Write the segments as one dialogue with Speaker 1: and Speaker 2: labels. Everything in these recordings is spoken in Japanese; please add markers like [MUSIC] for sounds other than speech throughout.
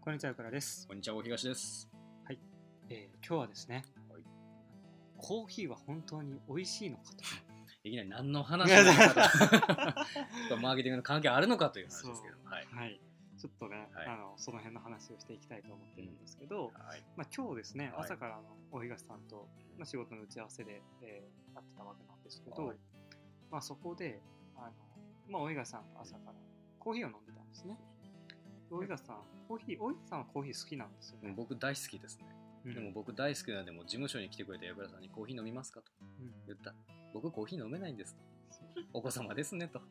Speaker 1: こんにちは、倉です、
Speaker 2: こんにちは、大東です。
Speaker 1: えー今日はですね、
Speaker 2: はい
Speaker 1: コーヒーは本当に美味しいのかと。 [LAUGHS]
Speaker 2: いきなり何の話 [LAUGHS] なのかとマーケティングの関係あるのかという話ですけど、はい。
Speaker 1: はい。ちょっとね、
Speaker 2: はい
Speaker 1: あのその辺の話をしていきたいと思ってるんですけど、
Speaker 2: はい。
Speaker 1: まあ、今日ですね、
Speaker 2: はい
Speaker 1: 朝からあの大東さんと、まあ、仕事の打ち合わせで、えー会ってたわけなんですけど、
Speaker 2: はい
Speaker 1: まあ、そこであの、まあ、大東さんが朝からコーヒーを飲んでたんですね。大東さん、コーヒー、大東さんはコーヒー好きなんですよ
Speaker 2: で
Speaker 1: ね
Speaker 2: も。僕大好きですね。
Speaker 1: うん
Speaker 2: でも僕大好きなので、もう事務所に来てくれた矢倉さんにコーヒー飲みますかと
Speaker 1: うん
Speaker 2: 言った。僕コーヒー飲めないんですと。
Speaker 1: そう
Speaker 2: お子様ですね
Speaker 1: [LAUGHS]
Speaker 2: と。い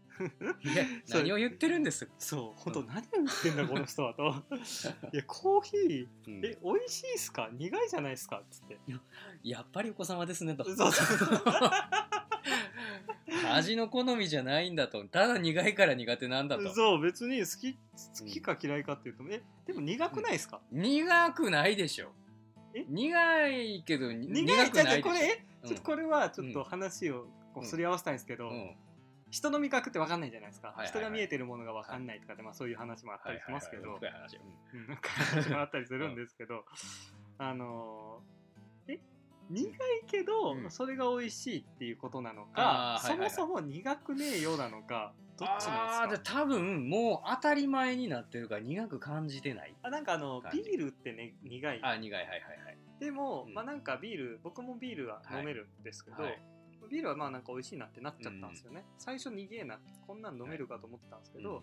Speaker 2: や、何を言ってるんです。
Speaker 1: そう、本当何を言ってんだこの人は
Speaker 2: [LAUGHS]
Speaker 1: と。いや、コーヒー、
Speaker 2: うん
Speaker 1: え、美味しいっすか苦いじゃないっすかっつって。
Speaker 2: やっぱりお子様ですねと。
Speaker 1: そうそう
Speaker 2: [LAUGHS] 味の好みじゃないんだと。ただ苦いから苦手なんだと。
Speaker 1: そう、別に好き、好きか嫌いかっていうと、え、でも苦くないっすか、
Speaker 2: 苦くないでしょ
Speaker 1: え。
Speaker 2: 苦いけどに
Speaker 1: 苦
Speaker 2: 苦
Speaker 1: いじゃ
Speaker 2: く
Speaker 1: あ
Speaker 2: な
Speaker 1: じゃあ
Speaker 2: い
Speaker 1: こ
Speaker 2: でしょ。
Speaker 1: れ、えちょっとこれはちょっ
Speaker 2: う
Speaker 1: と
Speaker 2: ん
Speaker 1: 話をこう
Speaker 2: う
Speaker 1: んすり合わせたいんですけど、
Speaker 2: うん
Speaker 1: 人の味覚って分かんないじゃないですか、
Speaker 2: はいはいはい
Speaker 1: 人が見えてるものが分かんないとかで、まあ、そういう話もあったりしますけど、
Speaker 2: はいはいはい深い話よ
Speaker 1: うんなんか [LAUGHS] 話もあったりするんですけど、あのーえ苦いけど、
Speaker 2: うん
Speaker 1: それが美味しいっていうことなの
Speaker 2: あ
Speaker 1: か
Speaker 2: ー、はい
Speaker 1: そ
Speaker 2: はいは
Speaker 1: もそも
Speaker 2: い
Speaker 1: 苦くねえようなのかどっち
Speaker 2: あ
Speaker 1: な
Speaker 2: あ
Speaker 1: ん
Speaker 2: ー
Speaker 1: で
Speaker 2: です
Speaker 1: か
Speaker 2: 多分もう当たり前になってるから苦く感じてない
Speaker 1: あなんかあの
Speaker 2: 感
Speaker 1: ビ
Speaker 2: じ
Speaker 1: ールってね苦い
Speaker 2: あ苦いはいはいはい
Speaker 1: でも、
Speaker 2: うん
Speaker 1: まあなんかビール僕もビールは飲めるんですけど、
Speaker 2: はい
Speaker 1: ビールはまあなんか美味しいなってなっちゃったんですよね、最初苦えなこんなん飲めるかと思ってたんですけど、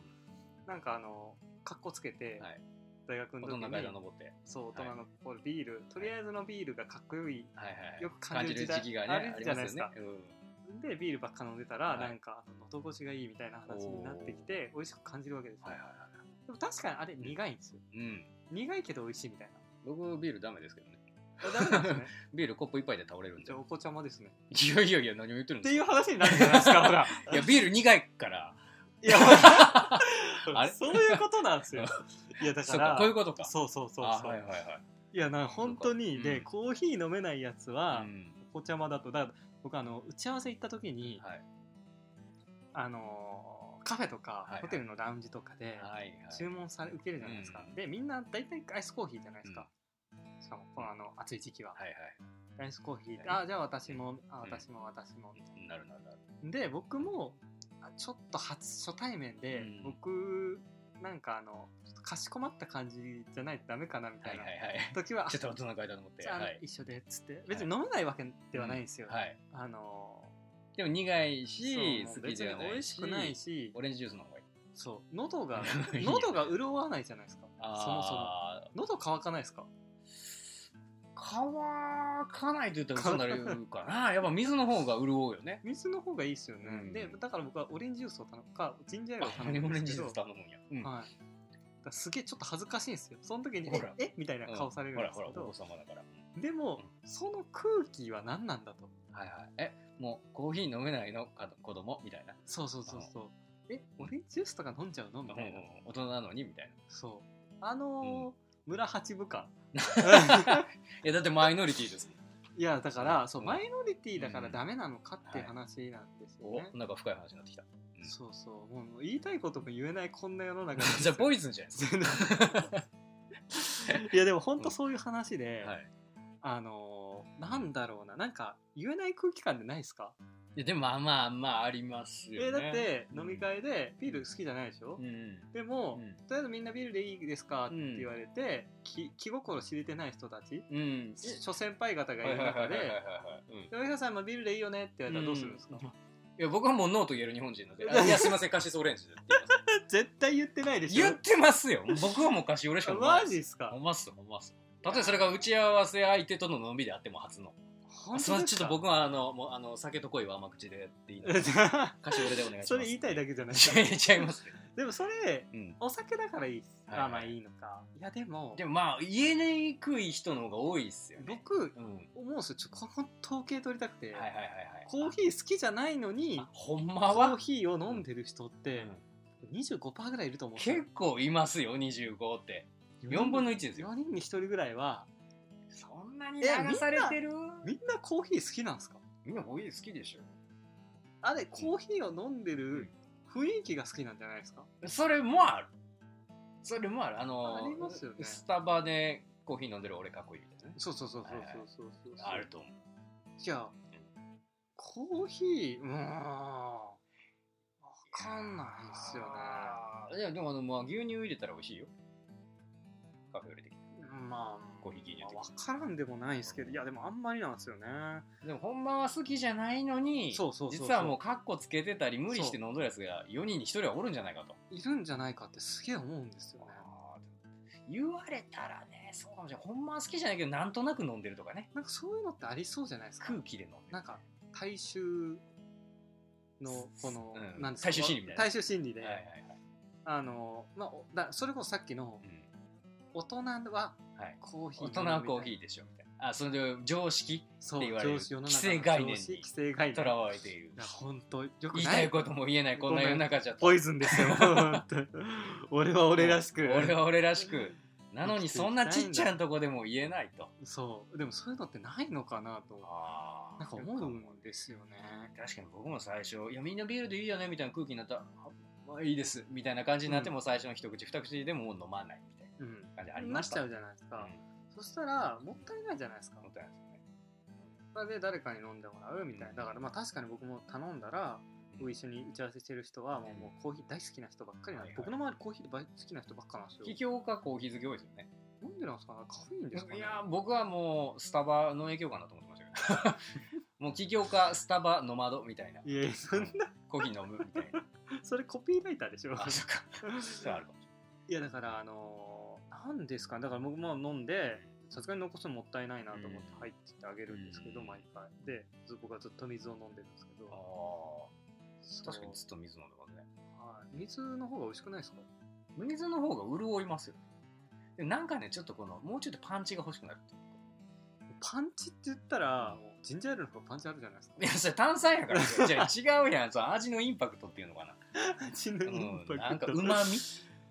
Speaker 1: なんかあのかっこつけて、
Speaker 2: はい
Speaker 1: 大学
Speaker 2: うん
Speaker 1: の
Speaker 2: 大人
Speaker 1: 時
Speaker 2: の
Speaker 1: に
Speaker 2: 階段登ってはい
Speaker 1: そう大人のこうビール、とりあえずのビールがかっこよい
Speaker 2: はいはい
Speaker 1: よく感じる時代
Speaker 2: 感時期がね
Speaker 1: ある
Speaker 2: あり
Speaker 1: じゃない
Speaker 2: ま
Speaker 1: ですす
Speaker 2: よ
Speaker 1: か
Speaker 2: ねうん
Speaker 1: でビールばっか飲んでたら、
Speaker 2: はい
Speaker 1: なんかあの喉越しがいいみたいな話になってきて美味しく感じるわけですよ、
Speaker 2: はいはいは
Speaker 1: でも確かにあれ苦いんですよ、
Speaker 2: いうん
Speaker 1: 苦いけど美味しいみたいな
Speaker 2: 僕ビールダメですけどね
Speaker 1: あダメなんですね
Speaker 2: ビールコップ一杯で倒れるんで
Speaker 1: じゃあお子ちゃまですね
Speaker 2: いやいやいや何を言ってるん
Speaker 1: って
Speaker 2: です
Speaker 1: いう話になるじゃないですかほら
Speaker 2: かいやビール苦い
Speaker 1: [LAUGHS]
Speaker 2: から
Speaker 1: いやほら
Speaker 2: あれ
Speaker 1: そういうことなんですよいやだ
Speaker 2: [LAUGHS]
Speaker 1: か
Speaker 2: そうからこういうことか
Speaker 1: そうそうそう
Speaker 2: あ
Speaker 1: そう、
Speaker 2: はい
Speaker 1: い
Speaker 2: はいはい
Speaker 1: やな本当に、
Speaker 2: うん
Speaker 1: でコーヒー飲めないやつは、
Speaker 2: うん
Speaker 1: お子ちゃまだとだから僕あの打ち合わせ行った時に、
Speaker 2: はい
Speaker 1: あのカフェとか、
Speaker 2: はいはい
Speaker 1: ホテルのラウンジとかで、
Speaker 2: はい
Speaker 1: 注文され受けるじゃないですか、
Speaker 2: うん
Speaker 1: でみんな大体アイスコーヒーじゃないですか、しかもこのあの暑い時期は、
Speaker 2: はいはい
Speaker 1: アイスコーヒー、
Speaker 2: はい
Speaker 1: あじゃあ私もあ
Speaker 2: うん
Speaker 1: 私も私もみたい
Speaker 2: はいなるなるなる
Speaker 1: なで僕もあちょっと初初対面で、
Speaker 2: うん
Speaker 1: 僕なんかあのちょっとかしこまった感じじゃないとダメかなみた
Speaker 2: はいい
Speaker 1: な、
Speaker 2: はいはい
Speaker 1: 時は
Speaker 2: ちょっと大人の階段登って
Speaker 1: じゃあ、
Speaker 2: はい
Speaker 1: 一緒でっつって別に飲めないわけではないんですよ、
Speaker 2: はい
Speaker 1: あの
Speaker 2: でも苦い
Speaker 1: そう
Speaker 2: し
Speaker 1: もう
Speaker 2: 好き
Speaker 1: 別
Speaker 2: じ
Speaker 1: に
Speaker 2: ゃない
Speaker 1: 美味しくないし
Speaker 2: オレンジジュースの方がいい
Speaker 1: そう喉が
Speaker 2: [LAUGHS] いや
Speaker 1: 喉が潤わないじゃないですかそもそも
Speaker 2: あー
Speaker 1: 喉乾かないですか
Speaker 2: 乾かないと言ったら嘘になるかな [LAUGHS] やっぱ水の方が潤うよね
Speaker 1: 水の方がいいですよね、
Speaker 2: うん
Speaker 1: でだから僕はオレンジジュースを頼むかジンジャーエールを
Speaker 2: あ
Speaker 1: 頼
Speaker 2: 何
Speaker 1: む
Speaker 2: オ
Speaker 1: ん
Speaker 2: レン
Speaker 1: で
Speaker 2: ジ
Speaker 1: すけど
Speaker 2: ジュース頼むんやうん
Speaker 1: はい、だからすげえちょっと恥ずかしいんですよその時に
Speaker 2: ほら
Speaker 1: 「ええみたいな
Speaker 2: うん
Speaker 1: 顔されるん
Speaker 2: ほ
Speaker 1: で
Speaker 2: ら
Speaker 1: す
Speaker 2: ほら
Speaker 1: け
Speaker 2: お
Speaker 1: ど
Speaker 2: 子、様だから
Speaker 1: でもその空気は何なんだと
Speaker 2: はいはいえもうコーヒー飲めないのか子供みたいな
Speaker 1: そうそうそうそうえオレンジジュースとか飲んじゃうのみたいな、
Speaker 2: 大人なのにみたい
Speaker 1: そうあのー村八部
Speaker 2: [LAUGHS]
Speaker 1: 感
Speaker 2: ないやだってマイノリティです
Speaker 1: いやだからそう
Speaker 2: うん
Speaker 1: マイノリティだから
Speaker 2: うん
Speaker 1: ダメなのかっていう話なんですよ
Speaker 2: お
Speaker 1: ね、
Speaker 2: なんか深い話に
Speaker 1: [LAUGHS]
Speaker 2: なってきたうん
Speaker 1: そうそうもう言いたいことも言えないこんな世の中なんですよ
Speaker 2: [LAUGHS] じゃあポイズンじゃないです
Speaker 1: 全然 [LAUGHS] いやでも本当そういう話で、 [LAUGHS]
Speaker 2: かはい
Speaker 1: あのーなんだろうななんか言えない空気感でないですか、
Speaker 2: いやでもまあまあまあありますよね
Speaker 1: えだって
Speaker 2: うん
Speaker 1: 飲み会でビール好きじゃないでしょ、
Speaker 2: うん
Speaker 1: で
Speaker 2: う
Speaker 1: も、
Speaker 2: ん
Speaker 1: とりあえずみんなビールでいいですかって言われて、き気心知れてない人たち
Speaker 2: うん
Speaker 1: 諸先輩方がいる中
Speaker 2: はいはいはい
Speaker 1: で
Speaker 2: はいはいう
Speaker 1: 「
Speaker 2: ん
Speaker 1: でお客さんもビールでいいよね」って言われたらどうするんですか、
Speaker 2: ういや僕はもうノーと言える日本人なんであいやすいませんカシスオレンジでって言います
Speaker 1: 絶対言ってない [LAUGHS] でしょ
Speaker 2: 言ってますよ僕はもう菓子俺しか飲まない
Speaker 1: マジっすか
Speaker 2: 飲ます飲ます例えばそれが打ち合わせ相手との飲みであっても初の
Speaker 1: 本
Speaker 2: すいませんちょっ
Speaker 1: [LAUGHS]
Speaker 2: と僕はあのもうあの酒と恋は甘口でっていいので
Speaker 1: 僕
Speaker 2: 菓子俺でお願いします
Speaker 1: それ言いたいだけじゃないですか
Speaker 2: け [LAUGHS] ちゃいますね
Speaker 1: でもそれ
Speaker 2: うん
Speaker 1: お酒だからいいっす、
Speaker 2: はいはい
Speaker 1: あまあいいのかいやでも
Speaker 2: でもまあ言えにくい人の方が多いっすよね
Speaker 1: 僕
Speaker 2: うんはい
Speaker 1: 思うんですよちょこの統計取りたくて、
Speaker 2: はいはいはい
Speaker 1: コーヒー好きじゃないのに
Speaker 2: あほんま
Speaker 1: コー
Speaker 2: は
Speaker 1: ヒーを飲んでる人っ
Speaker 2: う
Speaker 1: て
Speaker 2: ん
Speaker 1: 25%ぐらいいると思うんですよ
Speaker 2: 結構いますよ25って4分の1ですよ
Speaker 1: 4人に1人ぐらいは
Speaker 2: そんなに
Speaker 1: えみんな
Speaker 2: 流されてる
Speaker 1: みんなコーヒー好きなんですか
Speaker 2: みんなおい好きでしょ
Speaker 1: あれコーヒーを飲んでる雰囲気が好きなんじゃないですか
Speaker 2: それもあるそれもあるあの
Speaker 1: ありますよね
Speaker 2: スタバでコーヒー飲んでる俺かっこいいみたいなね
Speaker 1: そうそうそうそうそうそうそう、
Speaker 2: あると思う
Speaker 1: じゃあコーヒーうーんわかんないっすよ
Speaker 2: ねいやでもあの、まあ、牛乳入れたら美味しいよカフェオレ的に
Speaker 1: ねまあ
Speaker 2: コーヒー牛乳
Speaker 1: ま
Speaker 2: 的
Speaker 1: あ、分からんでもないですけどいやでもあんまりなんですよね
Speaker 2: にでもほんまは好きじゃないのに
Speaker 1: そうそうそうそう
Speaker 2: 実はもうカッコつけてたり無理して飲んどるやつが4人に1人はおるんじゃないかと
Speaker 1: いるんじゃないかってすげえ思うんですよね
Speaker 2: あー言われたらねそうかもしれないほんまは好きじゃないけどなんとなく飲んでるとかね
Speaker 1: なんかそういうのってありそうじゃないですか
Speaker 2: 空気で飲んでる
Speaker 1: なんか大衆のこの、
Speaker 2: うん
Speaker 1: なんです
Speaker 2: 大衆心理みたいな
Speaker 1: 大衆心理で、
Speaker 2: はいはいはい
Speaker 1: あのまあおだそれこそさっきの
Speaker 2: うん
Speaker 1: 大人は
Speaker 2: はい
Speaker 1: コーヒー
Speaker 2: 大人はコーヒ
Speaker 1: ー
Speaker 2: ーでしょみたいなあそれで常識
Speaker 1: そ
Speaker 2: っ
Speaker 1: う
Speaker 2: て言われる
Speaker 1: 上司世の中の
Speaker 2: 既成概念に
Speaker 1: 上司規制概
Speaker 2: と
Speaker 1: 念
Speaker 2: らわれている
Speaker 1: いや本当よく
Speaker 2: 言い
Speaker 1: な
Speaker 2: た
Speaker 1: い
Speaker 2: いことも言えないこんな世の中じゃ
Speaker 1: ポイズンですよ本
Speaker 2: [LAUGHS]
Speaker 1: 当に俺は俺らしく
Speaker 2: 俺は俺らしくなのにそんなちっちゃなとこでも言えないと
Speaker 1: そうでもそういうのってないのかなと
Speaker 2: あ
Speaker 1: なんか思うんですよね
Speaker 2: 確かに僕も最初「いやみんなビールでいいよね」みたいな空気になったらあまあいいです」みたいな感じになっても最初の一口二口でももう飲まないみたい
Speaker 1: うん
Speaker 2: な感じあ
Speaker 1: あ
Speaker 2: り
Speaker 1: り
Speaker 2: ま
Speaker 1: ま
Speaker 2: し
Speaker 1: したた
Speaker 2: よ
Speaker 1: よじ
Speaker 2: ね
Speaker 1: ゃないです
Speaker 2: うん
Speaker 1: か、そしたらもったいないじゃないですか
Speaker 2: 本当なんですよね
Speaker 1: で誰かに飲んでもらうみたいなだからまあ確かに僕も頼んだら
Speaker 2: うん
Speaker 1: 一緒に打ち合わせしてる人はもうもうコーヒー大好きな人ばっかりなんで
Speaker 2: はいはい
Speaker 1: 僕の周りコーヒー大好きな人ばっかなんですよ
Speaker 2: 起業家コーヒー好き多いですよね
Speaker 1: なんでなんですかねカフェインですかね
Speaker 2: いや僕はもうスタバの影響かなと思ってました
Speaker 1: [LAUGHS]
Speaker 2: けどもう起業家スタバノマドみたいない
Speaker 1: やいやそんな
Speaker 2: コーヒー飲むみ
Speaker 1: [LAUGHS]
Speaker 2: たいな
Speaker 1: それコピーライターでしょ
Speaker 2: あそっかそうあるかもし
Speaker 1: [LAUGHS] いやだからあのーなんですかねだから僕も飲んでさすがに残すのもったいないなと思って入ってってあげるんですけど、
Speaker 2: うん
Speaker 1: 毎回でず僕はずっと水を飲んでるんですけ
Speaker 2: れない
Speaker 1: ど
Speaker 2: あ
Speaker 1: そ
Speaker 2: ー
Speaker 1: う
Speaker 2: 確かにずっと水飲んでますね
Speaker 1: はい、水の方が美味しくないですか
Speaker 2: 水の方が潤いますよでなんかねちょっとこのもうちょっとパンチが欲しくなるっていう
Speaker 1: パンチって言ったらもうジンジャーエールの方がパンチあるじゃないですか
Speaker 2: いやそれ炭酸
Speaker 1: [LAUGHS]
Speaker 2: やからねじゃあ違うやんその味のインパクトっていうのかな
Speaker 1: パンチのインパクト
Speaker 2: うんなんかうまみ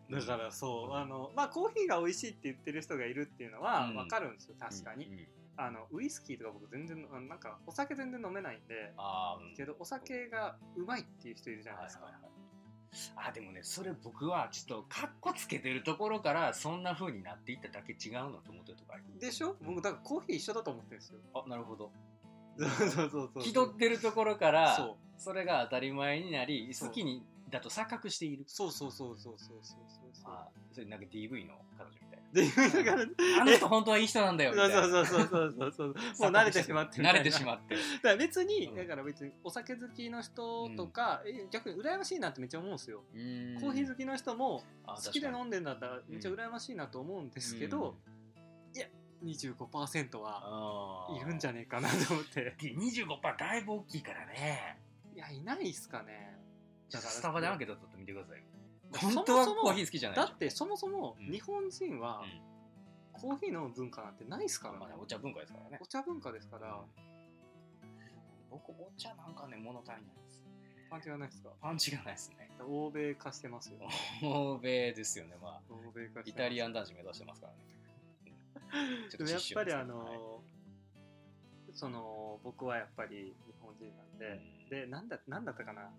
Speaker 1: だからそうあのまあコーヒーが美味しいって言ってる人がいるっていうのは
Speaker 2: うん
Speaker 1: わかるんですよ、確かに、
Speaker 2: うんうん
Speaker 1: あのウイスキーとか僕全然あのなんかお酒全然飲めないんで
Speaker 2: あーうん
Speaker 1: けどお酒がうまいっていう人いるじゃないですか、
Speaker 2: はいはいはいあでもねそれ僕はちょっとカッコつけてるところからそんな風になっていっただけ違うのと思ってるとこある
Speaker 1: でしょ僕だからコーヒー一緒だと思ってるんですよ
Speaker 2: あなるほど
Speaker 1: そうそうそうそう
Speaker 2: 気取ってるところから
Speaker 1: そう
Speaker 2: それが当たり前になり
Speaker 1: そう
Speaker 2: 好きにだと錯覚している
Speaker 1: そうそうそうそうそうそうそうそう
Speaker 2: あそれなんか DV の彼女みたい
Speaker 1: でだから
Speaker 2: [LAUGHS] なあの人本当はいい人なんだよみたいな
Speaker 1: そうそうそうそうそうそうそうもう慣れてしまってるみた
Speaker 2: 慣
Speaker 1: いな
Speaker 2: れてしまって
Speaker 1: だから別に、
Speaker 2: うん
Speaker 1: だから別にお酒好きの人とか、え逆に羨ましいなってめっちゃ思うんですよ、
Speaker 2: うーん
Speaker 1: コーヒー好きの人も
Speaker 2: あ
Speaker 1: 好きで
Speaker 2: 確かに
Speaker 1: 飲んでんだったらめっちゃ羨ましいなと思うんですけど、25%はいるんじゃ
Speaker 2: ね
Speaker 1: ねえかなと思って
Speaker 2: 25%だいぶ大きいからね
Speaker 1: [LAUGHS] いやいないっすかね
Speaker 2: ちょ
Speaker 1: だか
Speaker 2: っと
Speaker 1: ら
Speaker 2: スタバでアンケート取ってみてくださいよ
Speaker 1: そもそも
Speaker 2: 本当はコーヒー好きじゃない
Speaker 1: だ
Speaker 2: でしょ
Speaker 1: ってそもそも
Speaker 2: うん
Speaker 1: 日本人は
Speaker 2: うん
Speaker 1: コーヒー飲む文化なんてないっすから
Speaker 2: まあね
Speaker 1: ね
Speaker 2: お茶文化ですからね
Speaker 1: お茶文化ですから
Speaker 2: 僕お茶なんかね物足りないです
Speaker 1: パンチがないっすか
Speaker 2: パンチがないですね
Speaker 1: 欧米化してますよ
Speaker 2: 欧米ですよねまあ
Speaker 1: 欧米化してます
Speaker 2: イタリアン男子目指してますからねうん [LAUGHS] ち
Speaker 1: で
Speaker 2: ょ
Speaker 1: も
Speaker 2: と
Speaker 1: やっ
Speaker 2: 実習
Speaker 1: ぱり
Speaker 2: です
Speaker 1: あ
Speaker 2: けどはい
Speaker 1: のその僕はやっぱり日本人なんで、
Speaker 2: うん
Speaker 1: でなんだなんだったかな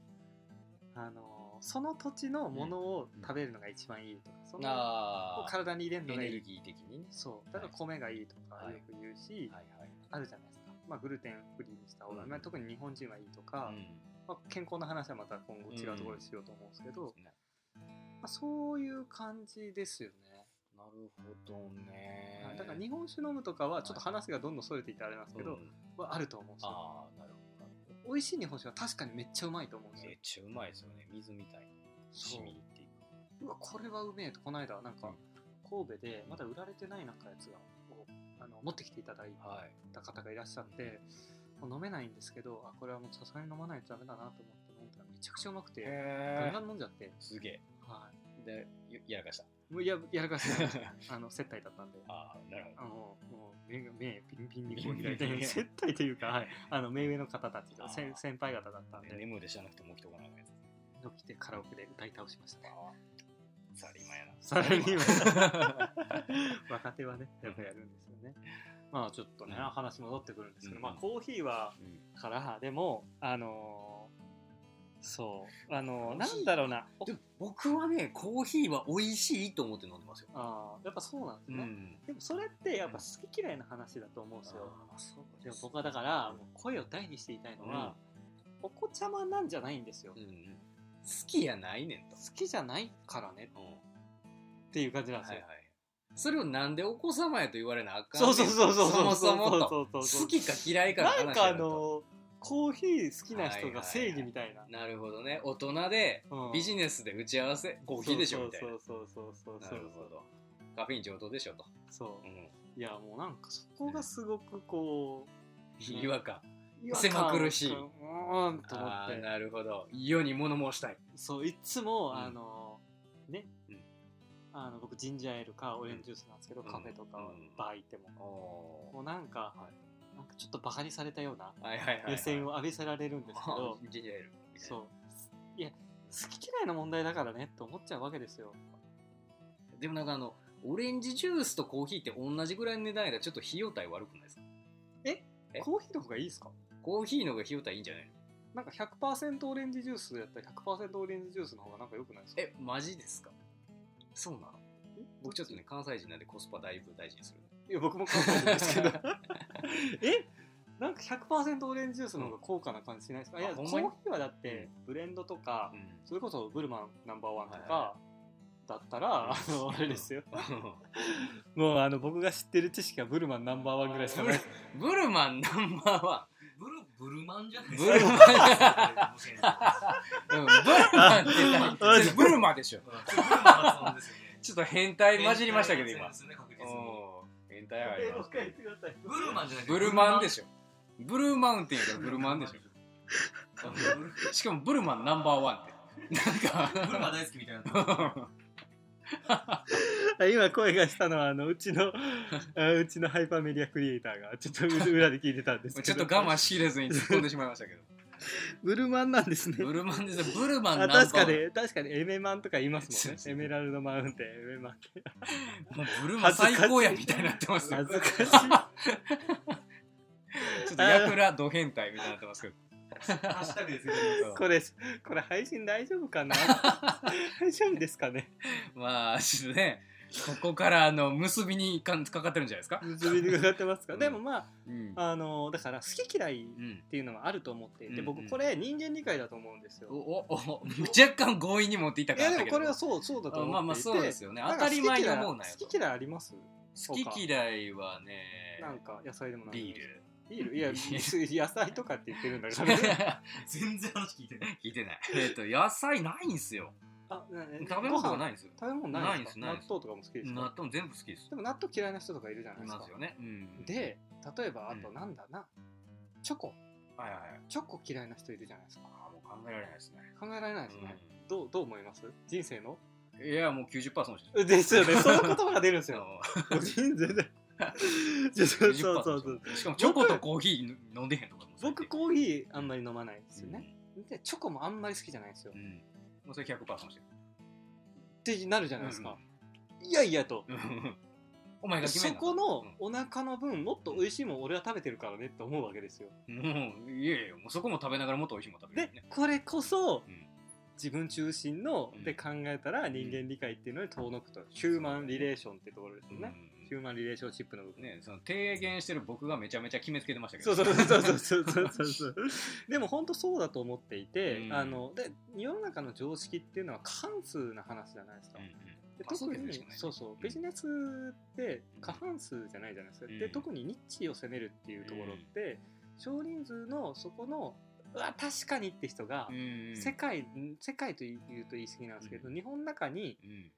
Speaker 1: あのその土地のものを食べるのが一番いいとか、そのを
Speaker 2: あ
Speaker 1: 体に入れる
Speaker 2: ー
Speaker 1: の
Speaker 2: エ
Speaker 1: がい
Speaker 2: ネ
Speaker 1: い
Speaker 2: ルギー的にね
Speaker 1: そうだから米がいいとか
Speaker 2: はい
Speaker 1: よく言うし、
Speaker 2: はいはい
Speaker 1: あるじゃないですか、まあ、グルテンフリーにした方が、
Speaker 2: うん
Speaker 1: まあ、特に日本人はいいとか、
Speaker 2: うん
Speaker 1: まあ、健康の話はまた今後違うところでしようと思うんですけど、
Speaker 2: ね
Speaker 1: まあ、そういう感じですよね、
Speaker 2: なるほどね
Speaker 1: だから日本酒飲むとかはちょっと話がどんどんそれていってあれなんですけど、
Speaker 2: うん
Speaker 1: はあると思うんですよ
Speaker 2: ああなるほどなるほど
Speaker 1: 美味しい日本酒は確かにめっちゃうまいと思うんです
Speaker 2: め
Speaker 1: よ
Speaker 2: っ。ちゃうまいですよね水みたいに
Speaker 1: そ
Speaker 2: 染
Speaker 1: う
Speaker 2: み入っていく
Speaker 1: うわこれはうめえとこの間なん
Speaker 2: う
Speaker 1: か
Speaker 2: ん
Speaker 1: 神戸でまだ売られてないなんかやつがこうあの持ってきていただい
Speaker 2: はい
Speaker 1: た方がいらっしゃってもう飲めないんですけどあこれはもうさすがに飲まないとダメだなと思って飲んだらめちゃくちゃうまくてガン
Speaker 2: へ
Speaker 1: ガン飲んじゃって、
Speaker 2: すげえ
Speaker 1: は
Speaker 2: でややら [LAUGHS] かした
Speaker 1: い、もうややらか
Speaker 2: [LAUGHS]
Speaker 1: してあの接待だったんで。
Speaker 2: ああなるほど
Speaker 1: あのもう目が目ピンピンにこう
Speaker 2: ピンピ
Speaker 1: 開
Speaker 2: ン
Speaker 1: いて
Speaker 2: にね
Speaker 1: 接待というか、はい、あの目上の方たちが
Speaker 2: あ
Speaker 1: 先
Speaker 2: ー
Speaker 1: 先輩方だったんで、
Speaker 2: 眠で知らなくても起きとかないやつ
Speaker 1: 起きてカラオケで歌い倒しましたね。
Speaker 2: サラリーマンやな
Speaker 1: サラリーマン [LAUGHS] 若手はね
Speaker 2: うん
Speaker 1: やっぱやるんですよねまあちょっとね、
Speaker 2: うん
Speaker 1: 話戻ってくるんですけど、
Speaker 2: うん
Speaker 1: まあコーヒーは
Speaker 2: うん
Speaker 1: からでもあのーそうあのなんだろうな
Speaker 2: でも僕はねコーヒーは美味しいと思って飲んでますよ、
Speaker 1: あーやっぱそうなんですね、
Speaker 2: ん
Speaker 1: でもそれってやっぱ好き嫌いの話だと思うんですよ
Speaker 2: あーそう
Speaker 1: で
Speaker 2: で
Speaker 1: も
Speaker 2: す
Speaker 1: 僕はだからもう声を大にして言いたいのは、お子ちゃまなんじゃないんですよ、
Speaker 2: うんうん好きやないねんと
Speaker 1: 好、きじゃないからね
Speaker 2: うん
Speaker 1: っていう感じなんで
Speaker 2: は
Speaker 1: す
Speaker 2: い
Speaker 1: よ、
Speaker 2: はい、それをなんでお子様やと言われなあかんね
Speaker 1: そ
Speaker 2: ん
Speaker 1: うそうそうそう
Speaker 2: そもそもと
Speaker 1: そうそうそうそう
Speaker 2: 好きか嫌いかの
Speaker 1: な
Speaker 2: 話や
Speaker 1: ん
Speaker 2: と
Speaker 1: かあのコーヒー好きな人が正義みたいな、
Speaker 2: なるほどね大人で
Speaker 1: うん
Speaker 2: ビジネスで打ち合わせコーヒーでしょみたいな
Speaker 1: そうそうそうそうそう
Speaker 2: な
Speaker 1: そう
Speaker 2: るほどカフェイン上等でしょと、
Speaker 1: そ
Speaker 2: うん
Speaker 1: ういやもうなんかそこがすごくこうん
Speaker 2: 違和感
Speaker 1: う狭
Speaker 2: 狭苦しいう
Speaker 1: ーんと思
Speaker 2: あ
Speaker 1: っ
Speaker 2: ー
Speaker 1: て
Speaker 2: なるほど世に物申したい
Speaker 1: そういつも、
Speaker 2: うん
Speaker 1: あのね、
Speaker 2: うん
Speaker 1: あの僕ジンジャーエールかオレンジジュースなんですけど、
Speaker 2: うん
Speaker 1: カフェとか
Speaker 2: うん
Speaker 1: バー行っても、もうなんか、
Speaker 2: は
Speaker 1: なんかちょっとバカにされたような
Speaker 2: はいはいはい、はい、
Speaker 1: 目線を浴びせられるんですけど、
Speaker 2: あージンジャーエールみたいな
Speaker 1: そういや好き嫌いの問題だからねって思っちゃうわけですよ
Speaker 2: でもなんかあのオレンジジュースとコーヒーって同じぐらいの値段やらちょっと費用対悪くないですかえ
Speaker 1: コーヒーの方がいいですか
Speaker 2: コーヒーの方が費用対いいんじゃない
Speaker 1: なんか100%オレンジジュースやったら100%オレンジジュースの方がなんか良くないですか
Speaker 2: えマジですかそうなの
Speaker 1: え
Speaker 2: 僕ちょっとね関西人なんでコスパだいぶ大事にする
Speaker 1: いや僕も考えてるんですけ
Speaker 2: [LAUGHS]
Speaker 1: どえなんか100%オレンジジュースの方が高価な感じしないですか、
Speaker 2: うん
Speaker 1: いや
Speaker 2: あ
Speaker 1: コ
Speaker 2: ほん
Speaker 1: ー
Speaker 2: まに
Speaker 1: ヒーはだってブレンドとか、それこそブルマンナンバーワンとか、
Speaker 2: はいは
Speaker 1: だったら、あの、あれですよ。
Speaker 2: うん
Speaker 1: もう、あの、僕が知ってる知識はブルマンナンバーワンぐらいしかない。
Speaker 2: ブルマンナンバーワ
Speaker 3: ブルブルマンじゃな
Speaker 2: ン
Speaker 3: いで
Speaker 2: ブ
Speaker 3: す
Speaker 2: ルマン、
Speaker 3: かもしれない
Speaker 2: うん、ブルマンって何 [LAUGHS] それブルマでしょ
Speaker 3: うんブルマンの発音ですよね
Speaker 2: ちょっと変態混じりましたけど今
Speaker 3: 変態の発音ですよね確実に
Speaker 2: うん変態はありますけど
Speaker 1: てください。
Speaker 3: ブルマンじゃない
Speaker 2: ブルマンで
Speaker 3: ょ
Speaker 2: しょブルーマウンテンやからブルマンでしょしかもブルマンナンバーワンってなん
Speaker 3: ブルマン
Speaker 2: か
Speaker 3: 大好きみたいな
Speaker 1: 今声がしたのはあのうちのあうちのハイパーメディアクリエイターがちょっと裏で聞いてたんですけ
Speaker 2: ちょ
Speaker 1: ど
Speaker 2: っと我慢しきれずに突っ込んでしまいましたけど
Speaker 1: ブルマンなんですね
Speaker 2: ブルマンですよブルマンナ
Speaker 1: あ
Speaker 2: ンバーワン
Speaker 1: 確かに確かにエメマンとか言いますもんね
Speaker 2: そうそう
Speaker 1: エメラルドマウンテンエメマンって
Speaker 2: もうブルマン最高やみたいになってますよ
Speaker 1: 恥ずかしい
Speaker 2: ちょっとヤクラド変態みたいになってますけど
Speaker 3: ハッシュタグですよ
Speaker 1: これこれ配信大丈夫かな
Speaker 2: [LAUGHS]
Speaker 1: 大丈夫ですかね
Speaker 2: まあちょっとねここからあの結びにかかかってるんじゃないですか
Speaker 1: 結びにかかってますか、
Speaker 2: う
Speaker 1: [LAUGHS]
Speaker 2: ん
Speaker 1: でもま
Speaker 2: うん
Speaker 1: ああのだから好き嫌いっ
Speaker 2: うん
Speaker 1: ていうのはあると思っていて、
Speaker 2: うんう
Speaker 1: 僕
Speaker 2: ん
Speaker 1: これ人間理解だと思うんですよ、
Speaker 2: おおお若干強引に持っていった
Speaker 1: い
Speaker 2: 感
Speaker 1: や
Speaker 2: じ
Speaker 1: で
Speaker 2: だ
Speaker 1: も
Speaker 2: け
Speaker 1: こ
Speaker 2: ど
Speaker 1: れはそうそうだと思っていて
Speaker 2: まあまあそうですよね
Speaker 1: なん
Speaker 2: 当
Speaker 1: か
Speaker 2: たり前に思うなよ
Speaker 1: 好き嫌い好き嫌いあります
Speaker 2: 好き嫌いはね
Speaker 1: なんか野菜でもない
Speaker 2: ビール
Speaker 1: ビールいや
Speaker 2: ビール
Speaker 1: 別に [LAUGHS] 野菜とかって言ってるんだけどね
Speaker 3: 全然話聞いてない
Speaker 2: 聞いてないえっと野菜ないんすよ
Speaker 1: あなな
Speaker 2: 食べ物がないいんすよ
Speaker 1: 食べ物ないですか
Speaker 2: ない
Speaker 1: 納
Speaker 2: ですないで
Speaker 1: 豆
Speaker 2: す
Speaker 1: とかも好きです
Speaker 2: 納
Speaker 1: か
Speaker 2: 豆も全部好きです
Speaker 1: でも納豆嫌いな人とかいるじゃない
Speaker 2: い
Speaker 1: ですか
Speaker 2: ますよねうん
Speaker 1: で例えばあと
Speaker 2: うん
Speaker 1: なんだな、チョコ
Speaker 2: はいはいはい
Speaker 1: チョコ嫌いな人いるじゃないですか
Speaker 2: あーもう考えられないですね
Speaker 1: 考えられないですね、どうどう思います人生の [LAUGHS]
Speaker 2: いやもう90%その人
Speaker 1: です
Speaker 2: [LAUGHS]
Speaker 1: よねその言葉が出るんですよ [LAUGHS]
Speaker 2: そ
Speaker 1: 人
Speaker 2: [LAUGHS]
Speaker 1: 生で [LAUGHS] そうそうそうそう
Speaker 2: しかもチョコとコーヒー飲んでへんとかも最
Speaker 1: 僕
Speaker 2: 近
Speaker 1: コーヒーあんまり飲まないんですよね、でチョコもあんまり好きじゃないんですよ、
Speaker 2: うんうんもうそれ100%その人
Speaker 1: ってなるじゃないですか、いやいやと、
Speaker 2: うんお前が決め
Speaker 1: そ
Speaker 2: んな
Speaker 1: このお腹の分もっと美味しいもん俺は食べてるからねって思うわけですよ
Speaker 2: もういやいやもうそこも食べながらもっと美味しいもん食べれ
Speaker 1: で
Speaker 2: るね
Speaker 1: これこそ
Speaker 2: うん
Speaker 1: 自分中心の
Speaker 2: うん
Speaker 1: で考えたら人間理解っていうのに遠のくとヒューマンリレーションってところですよ
Speaker 2: う
Speaker 1: ね、
Speaker 2: ん
Speaker 1: ヒューマンリレーションシップの部分
Speaker 2: ねその提言してる僕がめちゃめちゃ決めつけてましたけ
Speaker 1: そ
Speaker 2: ど
Speaker 1: うそうそうそうそうそうそうそう
Speaker 2: [LAUGHS]
Speaker 1: でも本当そうだと思っていて、
Speaker 2: うん
Speaker 1: あので世の中の常識っていうのは過半数な話じゃないですか、
Speaker 2: うんうん
Speaker 1: で
Speaker 2: まあそう
Speaker 1: 特
Speaker 2: ですね
Speaker 1: に
Speaker 2: しかない
Speaker 1: そうそうビジネスって過半数じゃないじゃないですか、
Speaker 2: うん
Speaker 1: で特にニッチを攻めるっていうところって、少人数のそこのうわ確かにって人が、
Speaker 2: うんうん
Speaker 1: 世界世界というと言い過ぎなんですけど、
Speaker 2: う
Speaker 1: 日本の中に
Speaker 2: うん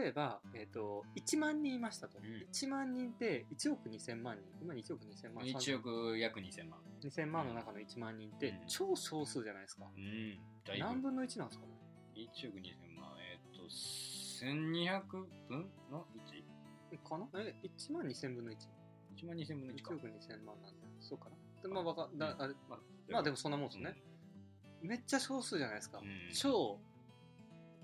Speaker 1: 例えば、えー、と1万人いましたと、
Speaker 2: うん
Speaker 1: 1万人って1億2000万人今1億2000万
Speaker 2: 1億約2000万
Speaker 1: 2000万の中の1万人っ
Speaker 2: う
Speaker 1: て
Speaker 2: ん
Speaker 1: 超少数じゃないですか、
Speaker 2: うんだいぶ
Speaker 1: 何分の1なんですかね
Speaker 2: 1億2000万えーっと1200分の
Speaker 1: かなえ1万2000分の 1?
Speaker 2: 11万2000分の1
Speaker 1: 1
Speaker 2: か
Speaker 1: 億2000万なんでそうかなでまあわかだあれ
Speaker 2: まあ
Speaker 1: まあでもそんなもんですね、めっちゃ少数じゃないですか、
Speaker 2: うん
Speaker 1: 超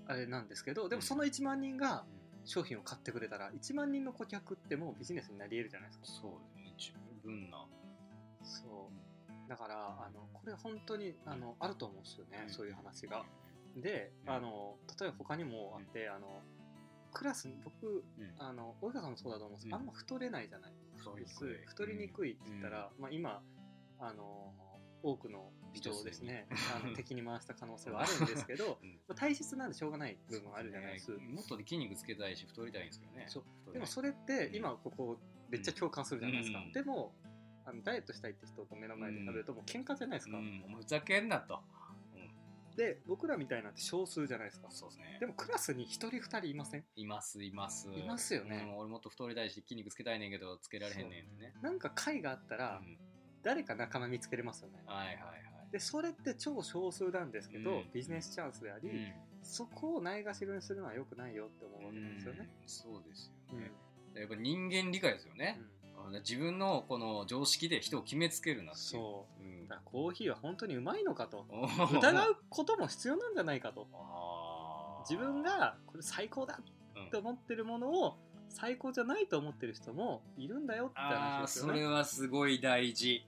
Speaker 1: あれなんですけどでもその1万人が
Speaker 2: うん
Speaker 1: 商品を買ってくれたら1万人の顧客ってもうビジネスになり得るじゃないですか
Speaker 2: そうですね十分な
Speaker 1: そうだからあのこれ本当にあのあると思うんですよね、
Speaker 2: うん
Speaker 1: そういう話が。であの例えば他にもあって、あのクラス僕
Speaker 2: うん
Speaker 1: あの及川さんもそうだと思うんですけど、
Speaker 2: うん
Speaker 1: あんま太れないじゃない
Speaker 2: 太り
Speaker 1: で
Speaker 2: に
Speaker 1: す
Speaker 2: くい
Speaker 1: 太りにくいって言ったら、まあ、今あの多くの人をですねあ
Speaker 2: [LAUGHS]
Speaker 1: の敵に回した可能性はあるんですけど
Speaker 2: うん
Speaker 1: まあ体質なんでしょうがない部分はあるじゃないですか
Speaker 2: ねもっと筋肉つけたいし太りたいんですけどね
Speaker 1: そうで
Speaker 2: 太りたい
Speaker 1: もそれって今ここめっちゃ共感するじゃないですか、
Speaker 2: うん
Speaker 1: でもあのダイエットしたいって人と目の前で食べるともう喧嘩じゃないですか、
Speaker 2: うんお前ふざけんなと
Speaker 1: で僕らみたいなんて少数じゃないですか
Speaker 2: そうですね
Speaker 1: でもクラスに1人2人いません
Speaker 2: いますいます
Speaker 1: いますよね
Speaker 2: うん俺もっと太りたいし筋肉つけたいねんけどつけられへんねんってね
Speaker 1: なんか会があったら
Speaker 2: うん
Speaker 1: 誰か仲間見つけれますよね、
Speaker 2: はいはいはい
Speaker 1: でそれって超少数なんですけど、
Speaker 2: うん
Speaker 1: ビジネスチャンスであり、そこをないがしろにするのは良くないよって思うわけなんですよね。
Speaker 2: うんそうです
Speaker 1: う
Speaker 2: よ
Speaker 1: ん
Speaker 2: ね、やっぱ人間理解ですよね、あの自分のこの常識で人を決めつけるなっていう、
Speaker 1: そう
Speaker 2: ん
Speaker 1: うだからコーヒーは本当にうまいのかと
Speaker 2: おー
Speaker 1: 疑うことも必要なんじゃないかと
Speaker 2: あー
Speaker 1: 自分がこれ最高だって思ってるものを最高じゃないと思ってる人もいるんだよって話
Speaker 2: あ
Speaker 1: で
Speaker 2: ー
Speaker 1: すよ
Speaker 2: そ
Speaker 1: ね
Speaker 2: れ。はすごい大事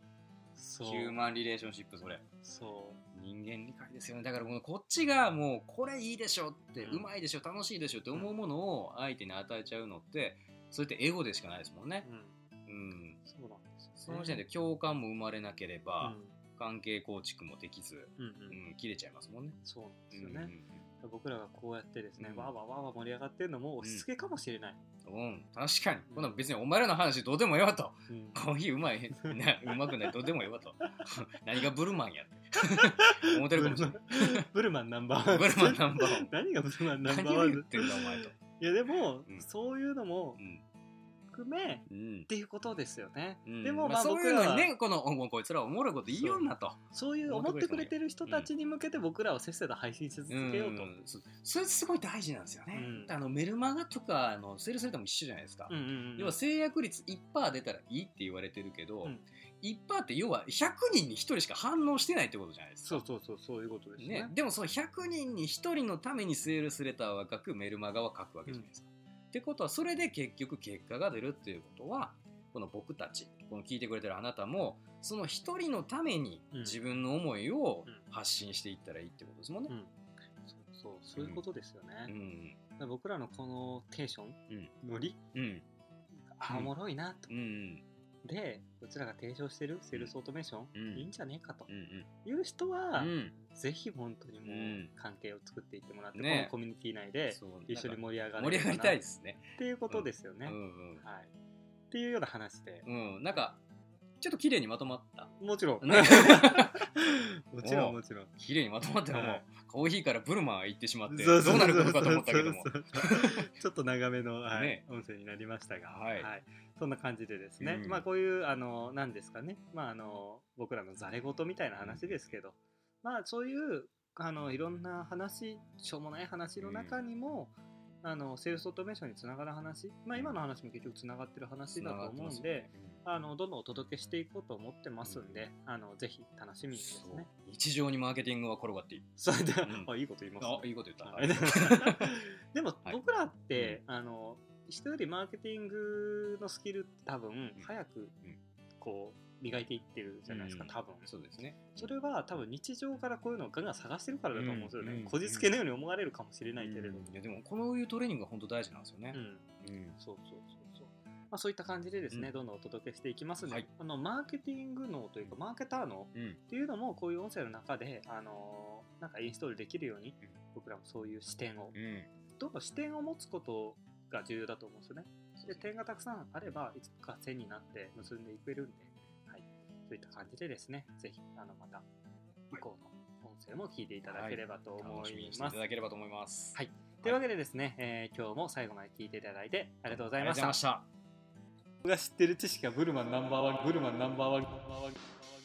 Speaker 1: そ
Speaker 2: ヒ
Speaker 1: う
Speaker 2: ューマンリレーションシップそれ
Speaker 1: そ
Speaker 2: 人間理解ですよねだからこのこっちがもうこれいいでしょって、
Speaker 1: う
Speaker 2: うんまいでしょ楽しいでしょって思うものを相手に与えちゃうのってそれってエゴでしかないですもん
Speaker 1: う、
Speaker 2: ね
Speaker 1: うん、
Speaker 2: うん
Speaker 1: そうなんですよ、ね。
Speaker 2: その時点で共感も生まれなけれ
Speaker 1: う
Speaker 2: ば、
Speaker 1: ん
Speaker 2: 関係構築もできず、
Speaker 1: うん
Speaker 2: う
Speaker 1: うん、
Speaker 2: ん、切れちゃいますもんね
Speaker 1: そうなんですよ
Speaker 2: う
Speaker 1: ね。
Speaker 2: ん
Speaker 1: 僕らがこうやってですね、
Speaker 2: うん
Speaker 1: わーわーわーわー盛り上がってるのも押し付けかもしれない。
Speaker 2: うん、確かに、こんな別にお前らの話どうでもよと
Speaker 1: うん
Speaker 2: コーヒーうまい [LAUGHS] なうまくないどうでもよと [LAUGHS] 何がブルマンやって思って [LAUGHS] るかもしれない
Speaker 1: ブルマン [LAUGHS] ナンバーワン
Speaker 2: ブルマンナンバーワン
Speaker 1: [LAUGHS] 何がブルマンナンバー
Speaker 2: 何
Speaker 1: ワ
Speaker 2: を
Speaker 1: ン
Speaker 2: 言ってんだお前と、
Speaker 1: いやでも、
Speaker 2: うん
Speaker 1: そういうのも
Speaker 2: うん
Speaker 1: 含めっ
Speaker 2: うん
Speaker 1: ていうことですよね、
Speaker 2: うん
Speaker 1: でも
Speaker 2: ま
Speaker 1: ま
Speaker 2: あ、
Speaker 1: あ
Speaker 2: そう
Speaker 1: 僕
Speaker 2: いう
Speaker 1: らは
Speaker 2: のにねこのおもうこいつらおもろいこと言いよんなと
Speaker 1: そういう思ってくれてる人たちに向けて僕らをせっせと配信し続
Speaker 2: うん
Speaker 1: けようと、
Speaker 2: そそれすごい大事なんですよね、
Speaker 1: うん
Speaker 2: あのメルマガとかあのセールスレターも一緒じゃないですか、
Speaker 1: うんうんうん
Speaker 2: 要は制約率1%出たらいいって言われてるけど、
Speaker 1: うん
Speaker 2: 1%って要は100人に1人しか反応してないってことじゃないですか
Speaker 1: そうそうそうそういうことですね
Speaker 2: ね、でもその100人に1人のためにセールスレターは書くメルマガは書くわけじゃないですか。ってことはそれで結局結果が出るっていうことはこの僕たちこの聞いてくれてるあなたもその1人のために
Speaker 1: うん
Speaker 2: 自分の思いを
Speaker 1: うん
Speaker 2: 発信していったらいいってことですもんね
Speaker 1: う。んそうそうそういうことですよね、
Speaker 2: う
Speaker 1: だか
Speaker 2: ん
Speaker 1: ら僕らのこのテンション、
Speaker 2: うん
Speaker 1: ノリ
Speaker 2: うん
Speaker 1: あおもろいなと、
Speaker 2: うんうん
Speaker 1: でこちらが提唱してるセールスオートメーション、
Speaker 2: うん
Speaker 1: いいんじゃねえかと
Speaker 2: うんうん
Speaker 1: いう人は、
Speaker 2: うん
Speaker 1: ぜひ本当にもう
Speaker 2: うん
Speaker 1: 関係を作っていってもらって、
Speaker 2: ね
Speaker 1: このコミュニティ内で
Speaker 2: そう
Speaker 1: 一緒に
Speaker 2: なんか
Speaker 1: 盛り上がれ
Speaker 2: 盛り
Speaker 1: る
Speaker 2: 上
Speaker 1: か
Speaker 2: が
Speaker 1: な
Speaker 2: りたいですね。
Speaker 1: っていうことですよね。
Speaker 2: うん
Speaker 1: はい、っていうような話で、
Speaker 2: うんうんなんかちょっと綺麗にまとまった。
Speaker 1: [LAUGHS] もちろ
Speaker 2: [LAUGHS]
Speaker 1: ん、
Speaker 2: ね
Speaker 1: もちろん、もちろん。
Speaker 2: 綺麗にまとまったらも
Speaker 1: は
Speaker 2: う
Speaker 1: い
Speaker 2: コーヒーからブルマー行ってしまって
Speaker 1: そ
Speaker 2: ど
Speaker 1: うそうう
Speaker 2: な
Speaker 1: そう
Speaker 2: る
Speaker 1: そう
Speaker 2: ことかと思ったけども。
Speaker 1: [LAUGHS] ちょっと長めの、はい
Speaker 2: ね
Speaker 1: 音声になりましたが、
Speaker 2: はい
Speaker 1: そんな感じでですね、
Speaker 2: うん
Speaker 1: まあこういうあのなんですかね、まああの僕らのざれ言みたいな話ですけど、まあそういうあのいろんな話、しょうもない話の中にも。あのセールスオートメーションにつながる話、まあ、今の話も結局つながってる話だと思うんで、あのどんどんお届けしていこうと思ってますんで、あのぜひ楽しみにです
Speaker 2: そう
Speaker 1: ね。
Speaker 2: 日常にマーケティングは転がっている。
Speaker 1: それで、
Speaker 2: うん
Speaker 1: あいいこと言います
Speaker 2: あ、
Speaker 1: ね。
Speaker 2: いいこと言った。
Speaker 1: はいでも、
Speaker 2: はい
Speaker 1: 僕らって、あの人よりマーケティングのスキルって多分
Speaker 2: うん
Speaker 1: 早く
Speaker 2: うん
Speaker 1: こう磨いていってるじゃないですか、
Speaker 2: うん
Speaker 1: 多分
Speaker 2: そうですね。
Speaker 1: それは多分日常からこういうのをガンガン探してるからだと思うんですよね、
Speaker 2: うんうん
Speaker 1: こじつけのように思われるかもしれないけれども、
Speaker 2: いやでもこういうトレーニングが本当大事なんですよね
Speaker 1: う。ん
Speaker 2: うん
Speaker 1: そうそうそうそう。まあ、そういった感じでですね、
Speaker 2: うん
Speaker 1: どんどんお届けしていきますので、
Speaker 2: はい
Speaker 1: あのマーケティング脳というか、マーケター脳
Speaker 2: うん
Speaker 1: っていうのもこういう音声の中で、あのーなんかインストールできるように
Speaker 2: うん
Speaker 1: 僕らもそういう視点を
Speaker 2: うん。
Speaker 1: どんどん視点を持つことが重要だと思うんですよねで点がたくさんあればいつか線になって結んでいけるんで、はい、そういった感じでですねぜひあのまた以降の音声も聞いていただければと思
Speaker 2: 楽しみ
Speaker 1: い
Speaker 2: にして
Speaker 1: ま
Speaker 2: い
Speaker 1: す、
Speaker 2: ただければと思います。
Speaker 1: はいというわけでですね、えー今日も最後まで聞いていただいてありがとうございました
Speaker 2: ありがとうございました。
Speaker 1: 僕が知ってる知識はブルマンナンバーワンブルマンナンバーワン